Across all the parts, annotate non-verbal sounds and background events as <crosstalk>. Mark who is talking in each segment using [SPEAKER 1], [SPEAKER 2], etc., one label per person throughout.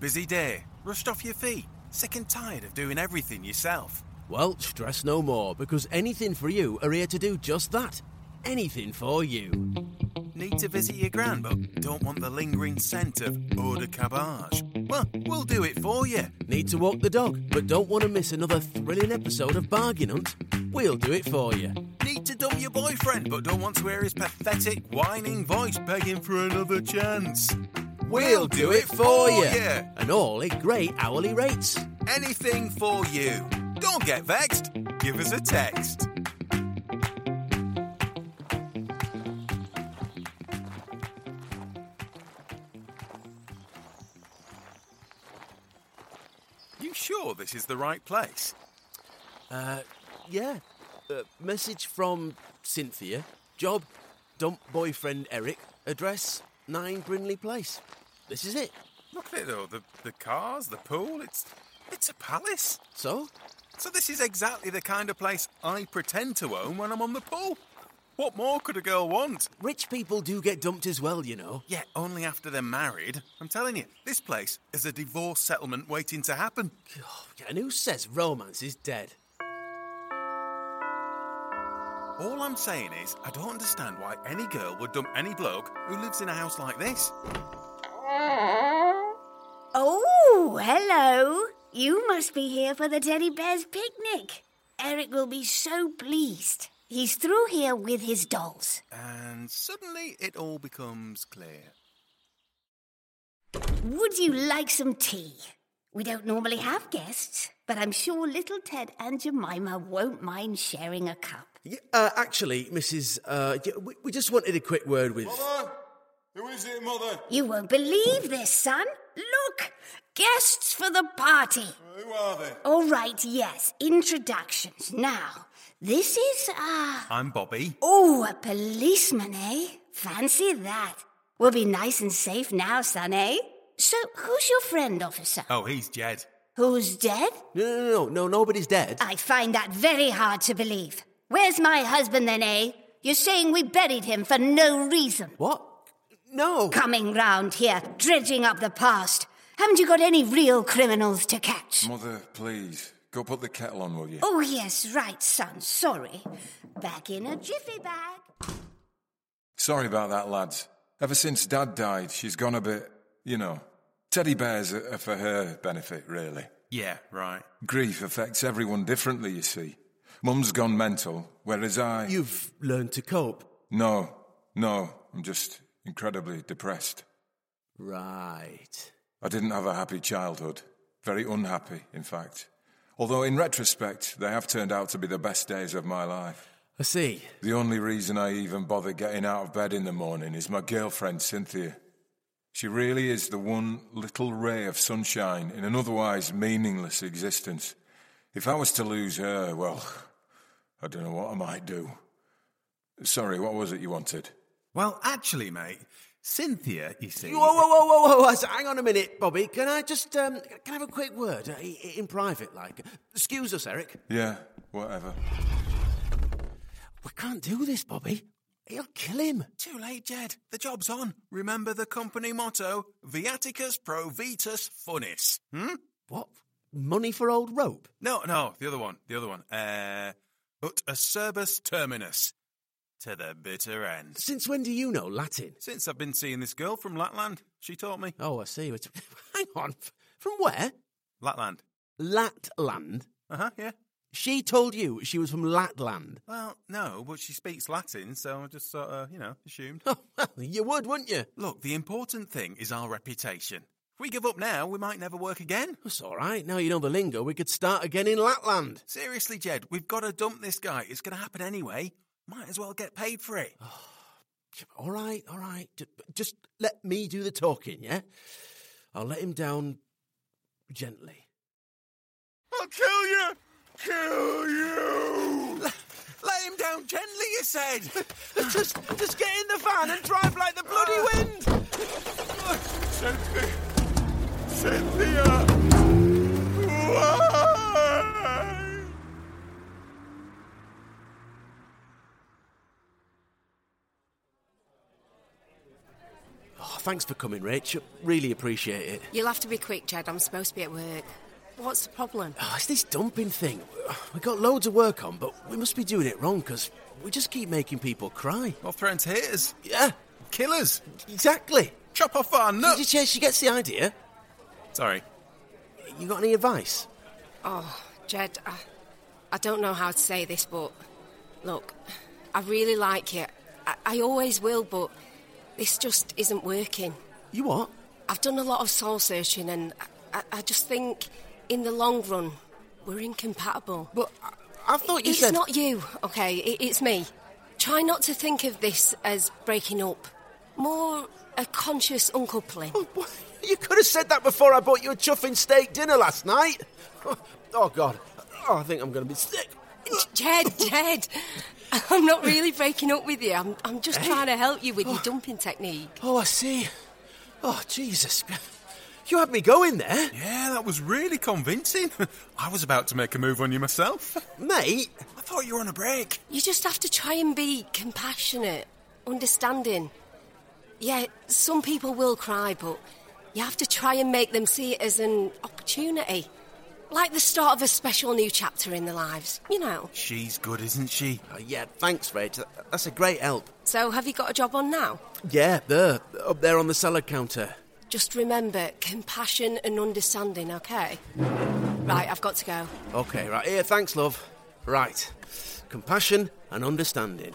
[SPEAKER 1] Busy day, rushed off your feet, sick and tired of doing everything yourself.
[SPEAKER 2] Well, stress no more, because anything for you are here to do just that. Anything for you.
[SPEAKER 1] Need to visit your gran, but don't want the lingering scent of eau de cabage. Well, we'll do it for you.
[SPEAKER 2] Need to walk the dog, but don't want to miss another thrilling episode of Bargain Hunt? We'll do it for you.
[SPEAKER 1] Need to dump your boyfriend, but don't want to hear his pathetic, whining voice begging for another chance.
[SPEAKER 2] We'll do it for you. And all at great hourly rates.
[SPEAKER 1] Anything for you. Don't get vexed. Give us a text. You sure this is the right place?
[SPEAKER 2] Yeah. Uh, message from Cynthia. Job, dump boyfriend Eric. Address, 9 Brinley Place. This is it.
[SPEAKER 1] Look at it though, the, the cars, the pool, it's it's a palace.
[SPEAKER 2] So,
[SPEAKER 1] So this is exactly the kind of place I pretend to own when I'm on the pool. What more could a girl want?
[SPEAKER 2] rich people do get dumped as well, you know.
[SPEAKER 1] Yeah, only after they're married. I'm telling you, this place is a divorce settlement waiting to happen.
[SPEAKER 2] And who says romance is dead?
[SPEAKER 1] All I'm saying is, I don't understand why any girl would dump any bloke who lives in a house like this.
[SPEAKER 3] Oh, hello. You must be here for the teddy bear's picnic. Eric will be so pleased. He's through here with his dolls.
[SPEAKER 1] And suddenly it all becomes clear.
[SPEAKER 3] Would you like some tea? We don't normally have guests, but I'm sure little Ted and Jemima won't mind sharing a cup.
[SPEAKER 2] Y- Uh, actually, Mrs. Uh, y- we, we just wanted a quick word with.
[SPEAKER 4] Mother? Who is it, Mother?
[SPEAKER 3] You won't believe this, son. Look, guests for the party.
[SPEAKER 4] Who are they?
[SPEAKER 3] All right, yes, introductions. Now, this is, uh,
[SPEAKER 1] I'm Bobby.
[SPEAKER 3] Oh, a policeman, eh? Fancy that. We'll be nice and safe now, son, eh? So, who's your friend, officer?
[SPEAKER 1] Oh, he's Jed.
[SPEAKER 3] Who's dead?
[SPEAKER 2] No, no, no, no, no, nobody's dead.
[SPEAKER 3] I find that very hard to believe. Where's my husband then, eh? You're saying we buried him for no reason.
[SPEAKER 2] What? No.
[SPEAKER 3] Coming round here, dredging up the past. Haven't you got any real criminals to catch?
[SPEAKER 4] Mother, please, go put the kettle on, will you?
[SPEAKER 3] Oh, yes, right, son, sorry. Back in a jiffy bag.
[SPEAKER 4] Sorry about that, lads. Ever since Dad died, she's gone a bit, you know. Teddy bears are are for her benefit, really.
[SPEAKER 1] Yeah, right.
[SPEAKER 4] Grief affects everyone differently, you see. Mum's gone mental, whereas I.
[SPEAKER 2] You've learned to cope.
[SPEAKER 4] No, no, I'm just incredibly depressed.
[SPEAKER 2] Right.
[SPEAKER 4] I didn't have a happy childhood. Very unhappy, in fact. Although, in retrospect, they have turned out to be the best days of my life.
[SPEAKER 2] I see.
[SPEAKER 4] The only reason I even bother getting out of bed in the morning is my girlfriend, Cynthia. She really is the one little ray of sunshine in an otherwise meaningless existence. If I was to lose her, well, I don't know what I might do. Sorry, what was it you wanted?
[SPEAKER 1] Well, actually, mate, Cynthia, you see.
[SPEAKER 2] Whoa, whoa, whoa, whoa, whoa, whoa! so Hang on a minute, Bobby. Can I just um, can I have a quick word uh, i- i- in private, like? Excuse us, Eric.
[SPEAKER 4] Yeah, whatever.
[SPEAKER 2] We can't do this, Bobby. He'll kill him.
[SPEAKER 1] Too late, Jed. The job's on. Remember the company motto Viaticus pro vitus funis. Hmm?
[SPEAKER 2] What? Money for old rope?
[SPEAKER 1] No, no, the other one. The other one. Uh, ut acerbus terminus. To the bitter end.
[SPEAKER 2] Since when do you know Latin?
[SPEAKER 1] Since I've been seeing this girl from Lapland, she taught me.
[SPEAKER 2] Oh, I see. It's- <laughs> Hang on. F- From where?
[SPEAKER 1] Lapland.
[SPEAKER 2] Latland.
[SPEAKER 1] Uh huh, yeah.
[SPEAKER 2] She told you she was from Latland.
[SPEAKER 1] Well, no, but she speaks Latin, so I just sort of, you know, assumed.
[SPEAKER 2] <laughs> Oh, well, you would, wouldn't you?
[SPEAKER 1] Look, the important thing is our reputation. If we give up now, we might never work again.
[SPEAKER 2] It's all right. Now you know the lingo. We could start again in Latland.
[SPEAKER 1] Seriously, Jed, we've got to dump this guy. It's going to happen anyway. Might as well get paid for it.
[SPEAKER 2] All right, all right. Ju- Just let me do the talking, yeah? I'll let him down gently. <laughs>
[SPEAKER 1] I'll kill you! Kill you! Let him down gently, you said!
[SPEAKER 2] Just, just get in the van and drive like the bloody wind.
[SPEAKER 1] Cynthia! Cynthia! Why?
[SPEAKER 2] Oh, thanks for coming, Rach. Really appreciate it.
[SPEAKER 5] You'll have to be quick, Jed. I'm supposed to be at work. What's the problem?
[SPEAKER 2] Oh, it's this dumping thing. We got loads of work on, but we must be doing it wrong because we just keep making people cry.
[SPEAKER 1] Well, threatens haters,
[SPEAKER 2] Yeah,
[SPEAKER 1] killers,
[SPEAKER 2] exactly.
[SPEAKER 1] chop off our
[SPEAKER 2] Did
[SPEAKER 1] nuts.
[SPEAKER 2] you say she gets the idea?
[SPEAKER 1] Sorry.
[SPEAKER 2] You got any advice?
[SPEAKER 5] Oh, Jed, I, I don't know how to say this, but look, I really like you. I, I always will, but this just isn't working.
[SPEAKER 2] You what?
[SPEAKER 5] I've done a lot of soul searching, and I, I just think in the long run, we're incompatible.
[SPEAKER 2] But I, I thought you
[SPEAKER 5] it's
[SPEAKER 2] said.
[SPEAKER 5] not you, okay? It, it's me. Try not to think of this as breaking up, more a conscious uncoupling.
[SPEAKER 2] What? You could have said that before I bought you a chuffing steak dinner last night. <laughs> Oh God, oh, I think I'm going to be sick.
[SPEAKER 5] Jed, Jed, I'm not really breaking up with you. I'm, I'm just trying to help you with your dumping technique.
[SPEAKER 2] Oh, I see. Oh Jesus, you had me going there,
[SPEAKER 1] Yeah, that was really convincing. <laughs> I was about to make a move on you myself.
[SPEAKER 2] mate.
[SPEAKER 1] I thought you were on a break.
[SPEAKER 5] You just have to try and be compassionate, understanding. Yeah, some people will cry, but you have to try and make them see it as an opportunity. Like the start of a special new chapter in their lives, you know.
[SPEAKER 1] She's good, isn't she?
[SPEAKER 2] Oh, yeah, thanks, Reg. That- That's a great help.
[SPEAKER 5] So, have you got a job on now?
[SPEAKER 2] Yeah, there, up there on the salad counter.
[SPEAKER 5] Just remember compassion and understanding, okay? Right, I've got to go.
[SPEAKER 2] Okay, right here. Thanks, love. Right, compassion and understanding.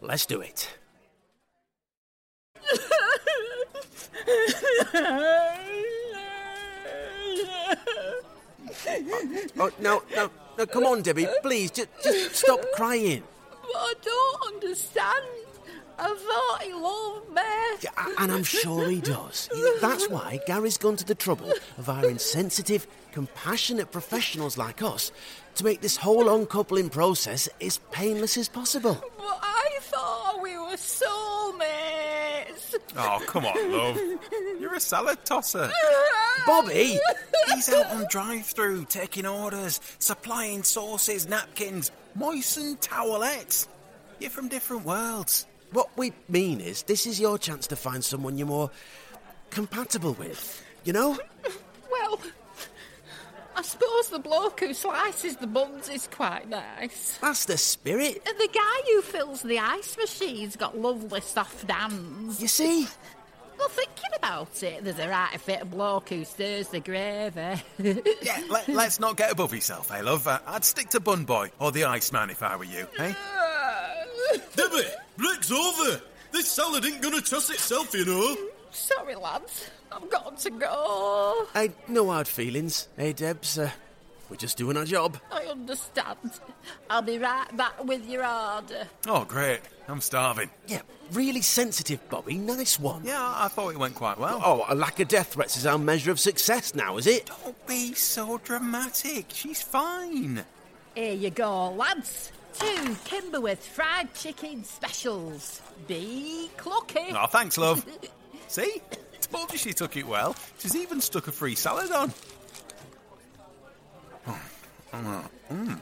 [SPEAKER 2] Let's do it. Oh, no, no, no, come on, Debbie, please, just, just stop crying.
[SPEAKER 6] But I don't understand. I thought he loved me.
[SPEAKER 2] Yeah, a- And I'm sure he does. That's why Gary's gone to the trouble of hiring sensitive, compassionate professionals like us to make this whole uncoupling process as painless as possible.
[SPEAKER 6] But I thought we were soulmates.
[SPEAKER 1] Oh, come on, love. You're a salad tosser.
[SPEAKER 2] Bobby!
[SPEAKER 1] He's out on drive through, taking orders, supplying sauces, napkins, moistened towelettes. You're from different worlds.
[SPEAKER 2] What we mean is, this is your chance to find someone you're more compatible with. You know?
[SPEAKER 6] <laughs> Well, I suppose the bloke who slices the buns is quite nice.
[SPEAKER 2] That's the spirit.
[SPEAKER 6] And the guy who fills the ice machine's got lovely soft hands.
[SPEAKER 2] You see?
[SPEAKER 6] Well, thinking about it, there's a right fit bloke who stirs the gravy. <laughs>
[SPEAKER 1] Yeah, let, us not get above yourself, eh, love? Uh, I'd stick to Bun Boy or the Iceman if I were you, eh?
[SPEAKER 7] Debbie, break's over. This salad ain't gonna toss itself, you know.
[SPEAKER 6] Sorry, lads, I've got to go.
[SPEAKER 2] I no hard feelings, eh, Debs? Uh, we're just doing our job.
[SPEAKER 6] I understand. I'll be right back with your order.
[SPEAKER 1] Oh, great. I'm starving.
[SPEAKER 2] Yeah, really sensitive, Bobby. Nice one.
[SPEAKER 1] Yeah, I I thought it went quite well.
[SPEAKER 2] Oh, a lack of death threats is our measure of success now, is it?
[SPEAKER 1] Don't be so dramatic. She's fine.
[SPEAKER 6] Here you go, lads. Two Kimberworth fried chicken specials. Be clucky.
[SPEAKER 1] Oh, thanks, love. See? Told you she took it well. She's even stuck a free salad on. Mm. Mm. Mm.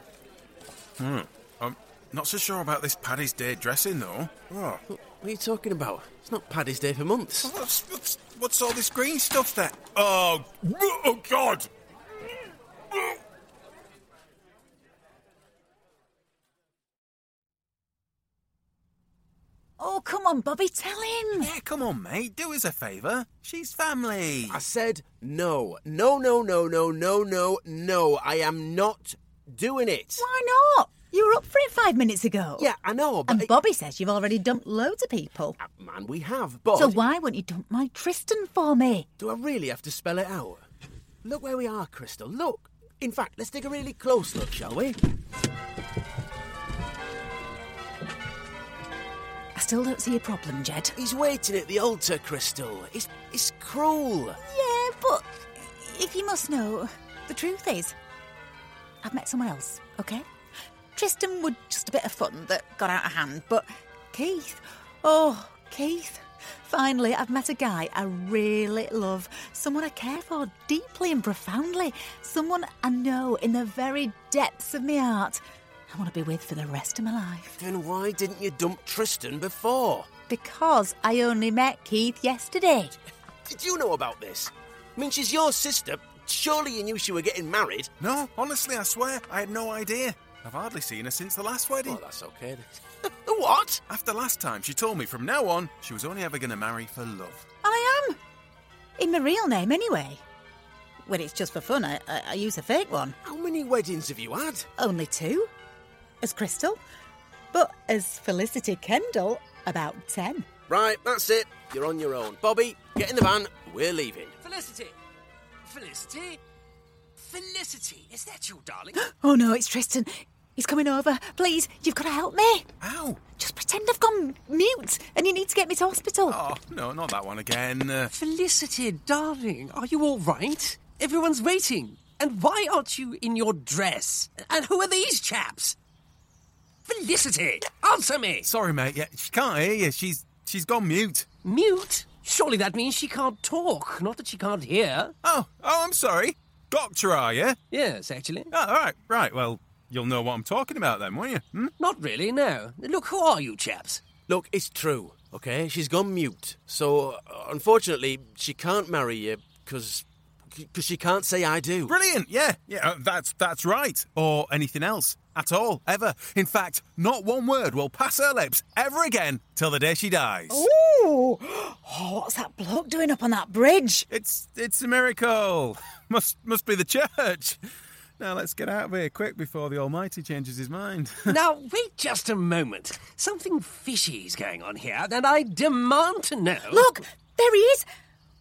[SPEAKER 1] Hmm. I'm not so sure about this Paddy's Day dressing, though. Oh,
[SPEAKER 2] What are you talking about? It's not Paddy's Day for months.
[SPEAKER 1] what's, what's, what's all this green stuff there? Oh, oh God!
[SPEAKER 8] Oh, come on, Bobby, tell him.
[SPEAKER 1] Yeah, come on, mate. Do us a favour. She's family.
[SPEAKER 2] I said no. No, no, no, no, no, no, no. I am not doing it.
[SPEAKER 8] Why not? You were up for it five minutes ago.
[SPEAKER 2] Yeah, I know, but.
[SPEAKER 8] And Bobby says you've already dumped loads of people.
[SPEAKER 2] Uh, Man, we have, but.
[SPEAKER 8] So why won't you dump my Tristan for me?
[SPEAKER 2] Do I really have to spell it out? Look where we are, Crystal. Look. In fact, let's take a really close look, shall we?
[SPEAKER 8] I still don't see a problem, Jed.
[SPEAKER 2] He's waiting at the altar, Crystal. It's, it's cruel.
[SPEAKER 8] Yeah, but if you must know, the truth is, I've met someone else, okay? Tristan was just a bit of fun that got out of hand, but Keith, oh, Keith. Finally, I've met a guy I really love, someone I care for deeply and profoundly, someone I know in the very depths of my heart I want to be with for the rest of my life.
[SPEAKER 2] Then why didn't you dump Tristan before?
[SPEAKER 8] because I only met Keith yesterday.
[SPEAKER 2] Did you know about this? I mean, she's your sister. Surely you knew she were getting married.
[SPEAKER 1] No, honestly, I swear, I had no idea. I've hardly seen her since the last wedding.
[SPEAKER 2] Well, Oh, that's okay. <laughs> then. what?
[SPEAKER 1] After last time, she told me from now on she was only ever going to marry for love.
[SPEAKER 8] I am. In my real name, anyway. When it's just for fun, I, I, I use a fake one.
[SPEAKER 2] How many weddings have you had?
[SPEAKER 8] Only two. As Crystal. But as Felicity Kendall, about ten.
[SPEAKER 2] Right, that's it. You're on your own. Bobby, get in the van. We're leaving.
[SPEAKER 9] Felicity! Felicity! Felicity! Is that you, darling?
[SPEAKER 8] Oh no, it's Tristan. He's coming over. Please, you've got to help me.
[SPEAKER 1] Ow!
[SPEAKER 8] Just pretend I've gone mute and you need to get me to hospital.
[SPEAKER 1] Oh, no, not that one again. Uh,
[SPEAKER 9] <gasps> Felicity, darling, are you all right? Everyone's waiting. And why aren't you in your dress? And who are these chaps? Felicity, answer me!
[SPEAKER 1] sorry, mate. Yeah, she can't hear you. She's she's gone mute.
[SPEAKER 9] Mute? Surely that means she can't talk, not that she can't hear.
[SPEAKER 1] Oh, oh, I'm sorry. Doctor, are you?
[SPEAKER 9] Yes, actually.
[SPEAKER 1] Oh, all right, right. Well, you'll know what I'm talking about then, won't you? Hmm?
[SPEAKER 9] Not really, no. Look, who are you chaps?
[SPEAKER 2] Look, it's true, okay? She's gone mute. So, uh, unfortunately, she can't marry you because she can't say I do.
[SPEAKER 1] Brilliant. Yeah, yeah. uh, That's that's right. Or anything else at all, ever. In fact, not one word will pass her lips ever again till the day she dies.
[SPEAKER 8] Ooh. Oh, what's that bloke doing up on that bridge?
[SPEAKER 1] It's it's a miracle. <laughs> Must must be the church. Now let's get out of here quick before the Almighty changes his mind. <laughs>
[SPEAKER 9] now, wait just a moment. Something fishy is going on here, and I demand to know.
[SPEAKER 8] Look, there he is.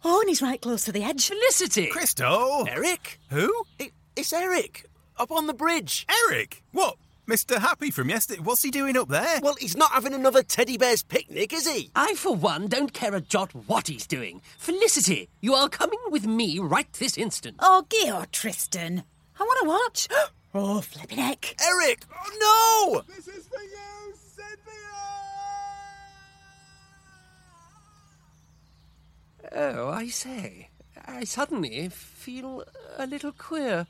[SPEAKER 8] Oh, and he's right close to the edge.
[SPEAKER 9] Felicity!
[SPEAKER 1] Crystal,
[SPEAKER 2] Eric?
[SPEAKER 1] who?
[SPEAKER 2] It, it's Eric up on the bridge.
[SPEAKER 1] Eric. What? Mr. Happy from yesterday. What's he doing up there?
[SPEAKER 2] Well, he's not having another teddy bear's picnic, is he?
[SPEAKER 9] I, for one, don't care a jot what he's doing. Felicity, you are coming with me right this instant.
[SPEAKER 8] Oh, Gear Tristan. I want to watch. <gasps> Oh, flipping heck.
[SPEAKER 2] Eric! Oh, no!
[SPEAKER 9] Oh, I say. I suddenly feel a little queer.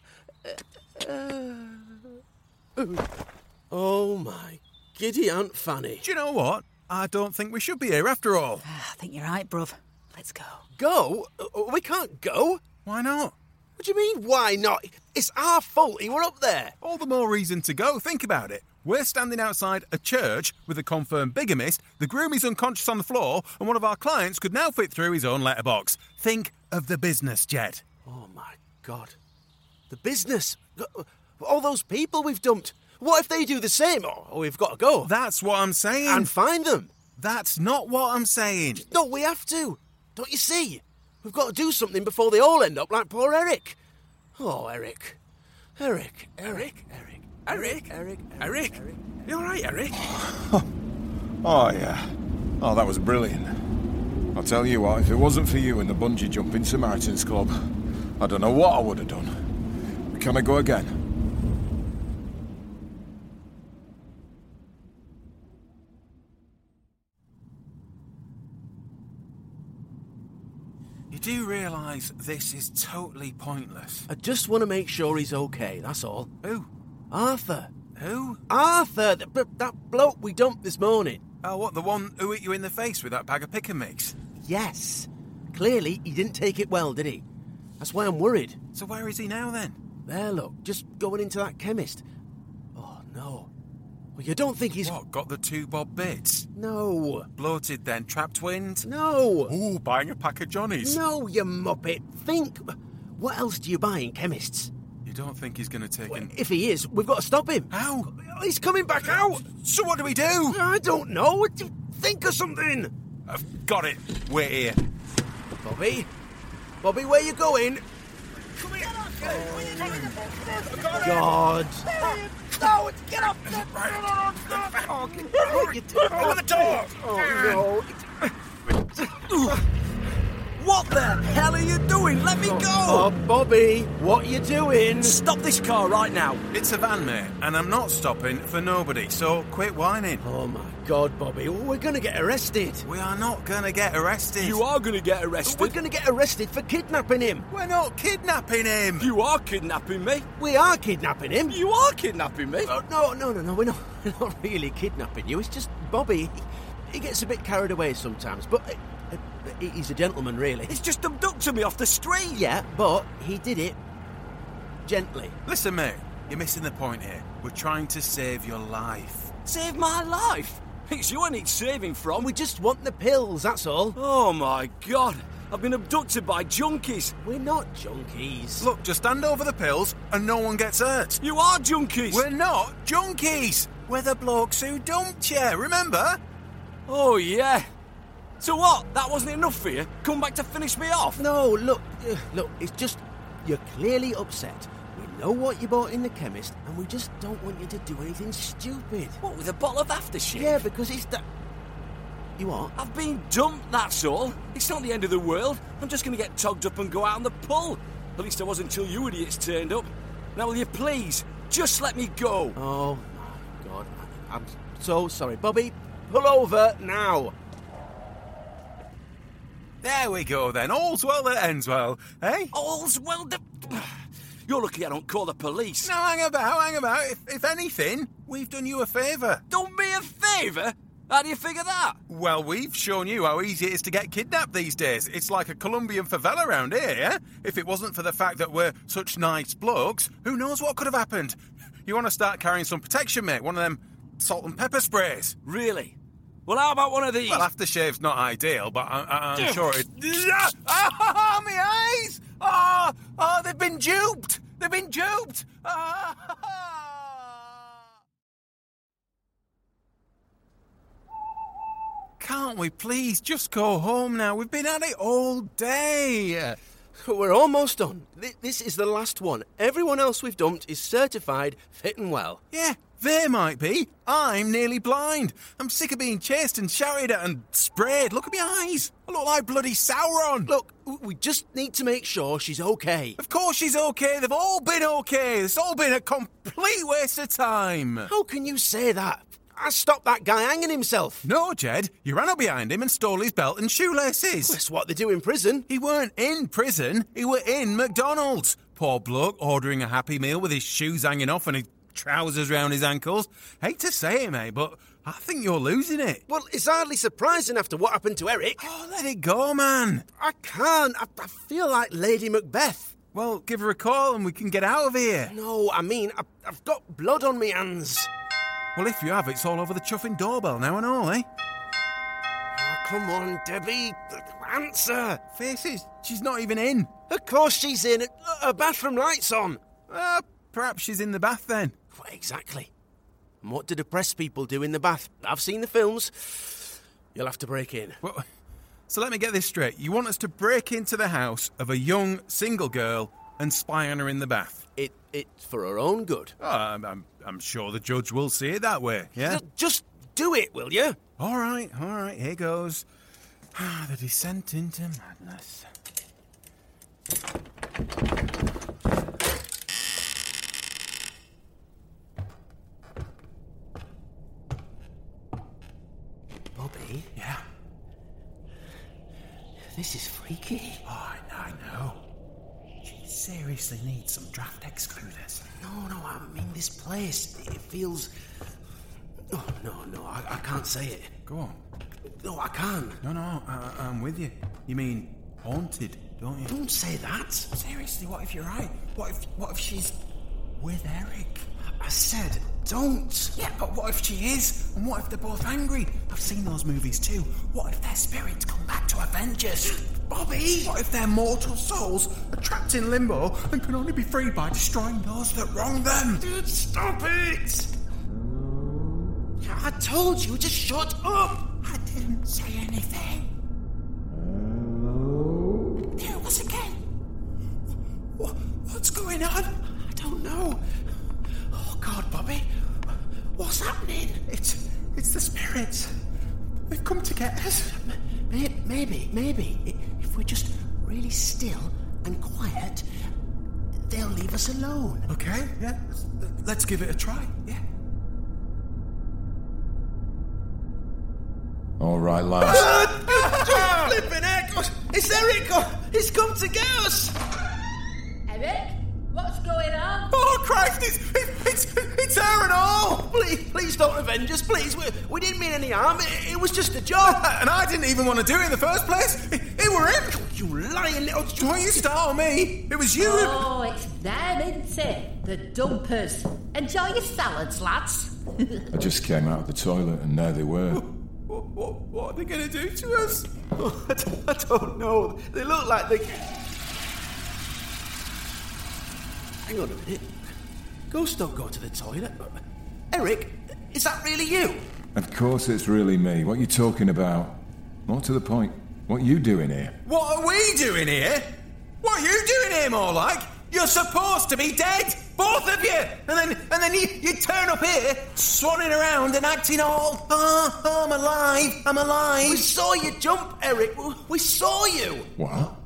[SPEAKER 2] Oh, my giddy Aunt Fanny.
[SPEAKER 1] Do you know what? I don't think we should be here after all.
[SPEAKER 8] I think you're right, bruv. Let's go.
[SPEAKER 2] Go? Uh, We can't go.
[SPEAKER 1] Why not?
[SPEAKER 2] What do you mean, why not? It's our fault he were up there.
[SPEAKER 1] All the more reason to go. Think about it. We're standing outside a church with a confirmed bigamist, the groom is unconscious on the floor, and one of our clients could now fit through his own letterbox. Think of the business jet.
[SPEAKER 2] Oh, my God. The business. All those people we've dumped. What if they do the same? Oh, we've got to go.
[SPEAKER 1] That's what I'm saying.
[SPEAKER 2] and find them.
[SPEAKER 1] That's not what I'm saying.
[SPEAKER 2] No, we have to. Don't you see? We've got to do something before they all end up like poor Eric. Oh, Eric. Eric. Eric. Eric. Eric. Eric. Eric. You all right, Eric?
[SPEAKER 4] Oh, yeah. Oh, that was brilliant. I'll tell you what, if it wasn't for you and the bungee jumping Samaritans Club, I don't know what I would have done. Can I go again?
[SPEAKER 1] You do realise this is totally pointless.
[SPEAKER 2] I just want to make sure he's okay, that's all.
[SPEAKER 1] Who?
[SPEAKER 2] Arthur.
[SPEAKER 1] Who?
[SPEAKER 2] Arthur, that, bl- that bloke we dumped this morning.
[SPEAKER 1] Oh, what, the one who hit you in the face with that bag of pick and mix?
[SPEAKER 2] Yes. Clearly, he didn't take it well, did he? That's why I'm worried.
[SPEAKER 1] So where is he now then?
[SPEAKER 2] There, look, just going into that chemist. Oh, no. Well, you don't think he's.
[SPEAKER 1] What, got the two bob bits?
[SPEAKER 2] No.
[SPEAKER 1] Bloated then, trapped wind?
[SPEAKER 2] No.
[SPEAKER 1] Ooh, buying a pack of Johnnies.
[SPEAKER 2] No, you muppet. Think. What else do you buy in chemists?
[SPEAKER 1] You don't think he's going to take
[SPEAKER 2] Well,
[SPEAKER 1] an...
[SPEAKER 2] If he is, we've got to stop him.
[SPEAKER 1] How?
[SPEAKER 2] He's coming back out.
[SPEAKER 1] So what do we do?
[SPEAKER 2] I don't know. Think of something.
[SPEAKER 1] I've got it. We're here.
[SPEAKER 2] Bobby. Bobby, where you going? God.
[SPEAKER 1] Open the door!
[SPEAKER 2] Oh, no.
[SPEAKER 9] What the hell are you doing? Let me go!
[SPEAKER 2] Oh, Bobby, what you doing?
[SPEAKER 9] Stop this car right now.
[SPEAKER 1] It's a van, mate, and I'm not stopping for nobody, so quit whining.
[SPEAKER 2] Oh, my God, Bobby. We're going to get arrested.
[SPEAKER 1] We are not going to get arrested.
[SPEAKER 10] You are going to get arrested.
[SPEAKER 2] We're going to get arrested for kidnapping him.
[SPEAKER 1] We're not kidnapping him!
[SPEAKER 10] You are kidnapping me.
[SPEAKER 2] We are kidnapping him.
[SPEAKER 10] You are kidnapping me.
[SPEAKER 2] <laughs> Oh, no, no, no, no. We're not, we're not really kidnapping you. It's just Bobby. He gets a bit carried away sometimes, but uh, uh, he's a gentleman, really. <laughs> He's
[SPEAKER 10] just abducted me off the street.
[SPEAKER 2] Yeah, but he did it gently.
[SPEAKER 1] Listen, mate, you're missing the point here. We're trying to save your life.
[SPEAKER 10] Save my life. It's you I need saving from.
[SPEAKER 2] We just want the pills, that's all.
[SPEAKER 10] Oh my god. I've been abducted by junkies.
[SPEAKER 2] We're not junkies.
[SPEAKER 1] Look, just hand over the pills and no one gets hurt.
[SPEAKER 10] You are junkies.
[SPEAKER 1] We're not junkies. We're the blokes who dumped you, remember?
[SPEAKER 10] Oh, yeah. So what? That wasn't enough for you? Come back to finish me off?
[SPEAKER 2] No, look, uh, look, it's just you're clearly upset. We know what you bought in the chemist and we just don't want you to do anything stupid.
[SPEAKER 10] What, with a bottle of aftershave?
[SPEAKER 2] Yeah, because it's that. You are?
[SPEAKER 10] I've been dumped, that's all. It's not the end of the world. I'm just going to get togged up and go out on the pull. At least I was until you idiots turned up. Now, will you please just let me go?
[SPEAKER 2] Oh, my God. I- I'm so sorry. Bobby, pull over now.
[SPEAKER 1] There we go then. All's well that ends well, eh?
[SPEAKER 10] All's well. De- <sighs> You're lucky I don't call the police.
[SPEAKER 1] Now hang about, hang about. If, if anything, we've done you a favour.
[SPEAKER 10] Done me a favour? How do you figure that?
[SPEAKER 1] Well, we've shown you how easy it is to get kidnapped these days. It's like a Colombian favela round here. eh? If it wasn't for the fact that we're such nice blokes, who knows what could have happened? You want to start carrying some protection, mate? One of them salt and pepper sprays.
[SPEAKER 10] Really? Well, how about one of these?
[SPEAKER 1] Well, aftershave's not ideal, but I, I, I'm sure it. <laughs> Ah, oh, my eyes! Oh, oh, they've been duped! They've been duped! <laughs> Ah. Can't we please just go home now? We've been at it all day.
[SPEAKER 2] <laughs> We're almost done. Th- This is the last one. Everyone else we've dumped is certified fit and well.
[SPEAKER 1] Yeah, there might be. I'm nearly blind. I'm sick of being chased and shouted at and sprayed. Look at my eyes. I look like bloody Sauron.
[SPEAKER 2] Look, w- we just need to make sure she's okay.
[SPEAKER 1] Of course she's okay. They've all been okay. It's all been a complete waste of time.
[SPEAKER 2] How can you say that? I stopped that guy hanging himself.
[SPEAKER 1] No, Jed, you ran up behind him and stole his belt and shoelaces.
[SPEAKER 2] That's what they do in prison.
[SPEAKER 1] He weren't in prison. He were in McDonald's. Poor bloke ordering a happy meal with his shoes hanging off and his trousers round his ankles. Hate to say it, mate, but I think you're losing it.
[SPEAKER 2] Well, it's hardly surprising after what happened to Eric.
[SPEAKER 1] Oh, let it go, man.
[SPEAKER 2] I can't. I, I feel like Lady Macbeth.
[SPEAKER 1] Well, give her a call and we can get out of here.
[SPEAKER 2] No, I mean, I, I've got blood on my hands.
[SPEAKER 1] Well, if you have, it's all over the chuffing doorbell now and all, eh?
[SPEAKER 2] Oh, come on, Debbie. Answer.
[SPEAKER 1] Faces, she's not even in.
[SPEAKER 2] Of course she's in. Her bathroom light's on.
[SPEAKER 1] Uh, perhaps she's in the bath then.
[SPEAKER 2] Well, exactly. And what do depressed people do in the bath? I've seen the films. You'll have to break in.
[SPEAKER 1] Well, so let me get this straight. You want us to break into the house of a young single girl and spy on her in the bath?
[SPEAKER 2] It it's for her own good.
[SPEAKER 1] Oh, I'm, I'm, I'm sure the judge will see it that way, yeah?
[SPEAKER 2] Ju- Just do it, will you?
[SPEAKER 1] All right, all right, here goes. Ah, the descent into madness.
[SPEAKER 2] Bobby,
[SPEAKER 1] Yeah.
[SPEAKER 2] this is freaky.
[SPEAKER 1] Oh, I know. She seriously needs some draft excluders.
[SPEAKER 2] No, no, I mean this place. It feels. Oh, no, no, I, I can't say it.
[SPEAKER 1] Go on.
[SPEAKER 2] No, I can't.
[SPEAKER 1] No, no, I, I'm with you. You mean haunted, don't you?
[SPEAKER 2] Don't say that.
[SPEAKER 1] Seriously, what if you're right? What if what if she's with Eric?
[SPEAKER 2] I said don't.
[SPEAKER 1] Yeah, but what if she is? And what if they're both angry? I've seen those movies too. What if their spirits come back to avenge us? Bobby! What if their mortal souls are trapped in limbo and can only be freed by destroying those that wrong them? Dude, stop it!
[SPEAKER 2] I told you, just shut up.
[SPEAKER 1] I didn't say anything. There it was again. Wha- What's going on? I don't know. Oh God, Bobby, what's happening? It's it's the spirits. They've come to get us.
[SPEAKER 2] May- Maybe, maybe. i- If we're just really still and quiet, they'll leave us alone.
[SPEAKER 1] Okay, yeah. Let's give it a try. Yeah.
[SPEAKER 4] All right, lads.
[SPEAKER 1] Ah!
[SPEAKER 2] Flipping heck! It's Eric! He's come to get us!
[SPEAKER 6] Eric? What's going on?
[SPEAKER 2] Oh, Christ, it's, it's, it's her and all! Please, please don't revenge us, please. We, we didn't mean any harm. It, it was just a joke.
[SPEAKER 1] And I didn't even want to do it in the first place. It, it were him.
[SPEAKER 2] <laughs> You lying little...
[SPEAKER 1] Don't you start on me. It was you.
[SPEAKER 6] Oh, it's them, isn't it? The dumpers. Enjoy your salads, lads.
[SPEAKER 4] I just came out of the toilet and there they were.
[SPEAKER 1] What, what, what are they going to do to us?
[SPEAKER 2] Oh, I, don't, I don't know. They look like they... Hang on a minute. Ghosts don't go to the toilet. Eric, is that really you?
[SPEAKER 4] Of course it's really me. What you talking about? More to the point, what you doing here?
[SPEAKER 1] What are we doing here? What are you doing here, more like? You're supposed to be dead, both of you. And then, and then you, you turn up here, swanning around and acting all, oh, oh, I'm alive, I'm
[SPEAKER 2] We
[SPEAKER 1] alive.
[SPEAKER 2] saw you jump, Eric. We- We saw you.
[SPEAKER 4] What?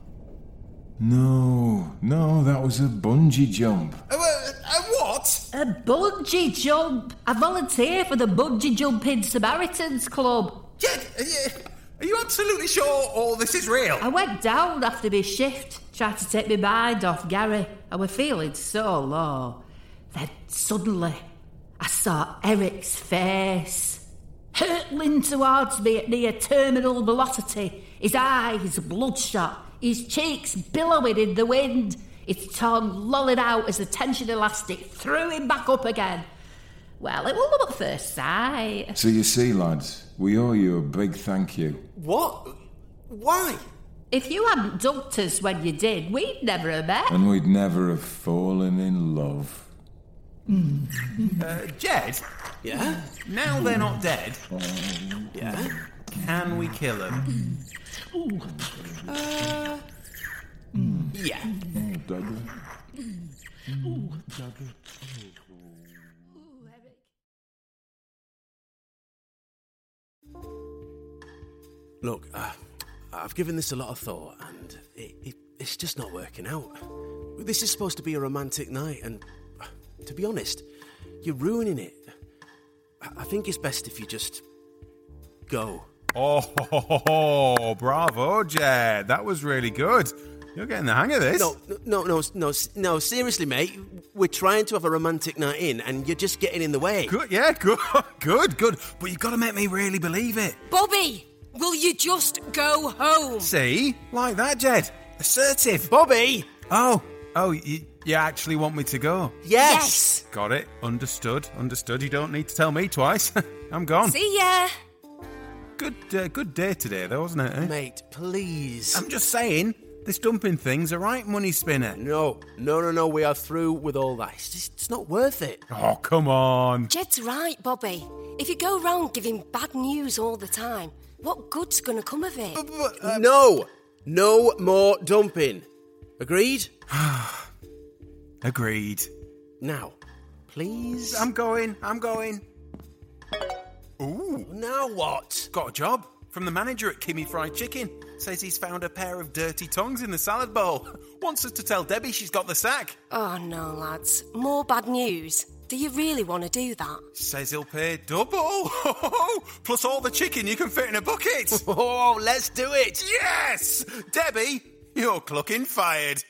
[SPEAKER 4] No, no, that was a bungee jump.
[SPEAKER 1] Uh, uh, uh, what?
[SPEAKER 6] A bungee jump. I volunteer for the Bungee Jumping Samaritans Club.
[SPEAKER 1] Jed, are you, are you absolutely sure all this is real?
[SPEAKER 6] I went down after my shift, tried to take my mind off Gary. I were feeling so low. Then suddenly, I saw Eric's face. Hurtling towards me at near terminal velocity, his eyes bloodshot, his cheeks billowing in the wind, his tongue lolling out as the tension elastic threw him back up again. Well, it was love at first sight.
[SPEAKER 4] So you see, lads, we owe you a big thank you.
[SPEAKER 2] What? Why?
[SPEAKER 6] If you hadn't dumped us when you did, we'd never have met.
[SPEAKER 4] And we'd never have fallen in love.
[SPEAKER 1] Uh, Jed,
[SPEAKER 2] Yeah?
[SPEAKER 1] now they're not dead,
[SPEAKER 2] Yeah?
[SPEAKER 1] can we kill them?
[SPEAKER 2] Yeah. Look, uh, I've given this a lot of thought and it, it, it's just not working out. This is supposed to be a romantic night, and uh, to be honest, you're ruining it. I I think it's best if you just go.
[SPEAKER 1] Oh, ho, ho, ho, bravo, Jed. That was really good. You're getting the hang of this.
[SPEAKER 2] No, no, no, no, no, seriously, mate. We're trying to have a romantic night in, and you're just getting in the way.
[SPEAKER 1] Good, yeah, good, <laughs> good, good. But you've got to make me really believe it.
[SPEAKER 5] Bobby, will you just go home?
[SPEAKER 1] See? Like that, Jed. Assertive.
[SPEAKER 2] Bobby!
[SPEAKER 1] Oh, oh, you, you actually want me to go?
[SPEAKER 2] Yes!
[SPEAKER 1] Got it. Understood. Understood. You don't need to tell me twice. <laughs> I'm gone.
[SPEAKER 5] See ya.
[SPEAKER 1] Good, uh, good day today, though, wasn't it? eh?
[SPEAKER 2] Mate, please.
[SPEAKER 1] I'm just saying, this dumping thing's a right money spinner.
[SPEAKER 2] no, no, no, no. We are through with all that. It's, just, it's not worth it.
[SPEAKER 1] Oh, come on.
[SPEAKER 5] Jed's right, Bobby. If you go round giving bad news all the time, what good's going to come of it?
[SPEAKER 2] no, no more dumping. Agreed?
[SPEAKER 1] Agreed.
[SPEAKER 2] Now, please.
[SPEAKER 1] I'm going. I'm going. Ooh.
[SPEAKER 2] now what?
[SPEAKER 1] Got a job from the manager at Kimmy Fried Chicken. Says he's found a pair of dirty tongs in the salad bowl. <laughs> Wants us to tell Debbie she's got the sack.
[SPEAKER 5] Oh no, lads. More bad news. Do you really want to do that?
[SPEAKER 1] Says he'll pay double. <laughs> Plus all the chicken you can fit in a bucket.
[SPEAKER 2] <laughs> Oh, let's do it.
[SPEAKER 1] yes! Debbie, you're clocking fired.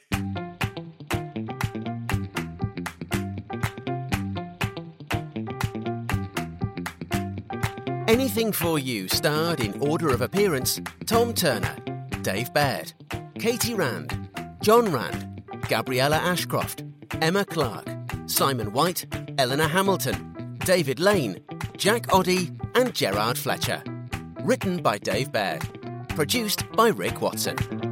[SPEAKER 2] Anything for You starred in order of appearance Tom Turner, Dave Baird, Katie Rand, John Rand, Gabriella Ashcroft, Emma Clark, Simon White, Eleanor Hamilton, David Lane, Jack Oddy, and Gerard Fletcher. Written by Dave Baird. Produced by Rick Watson.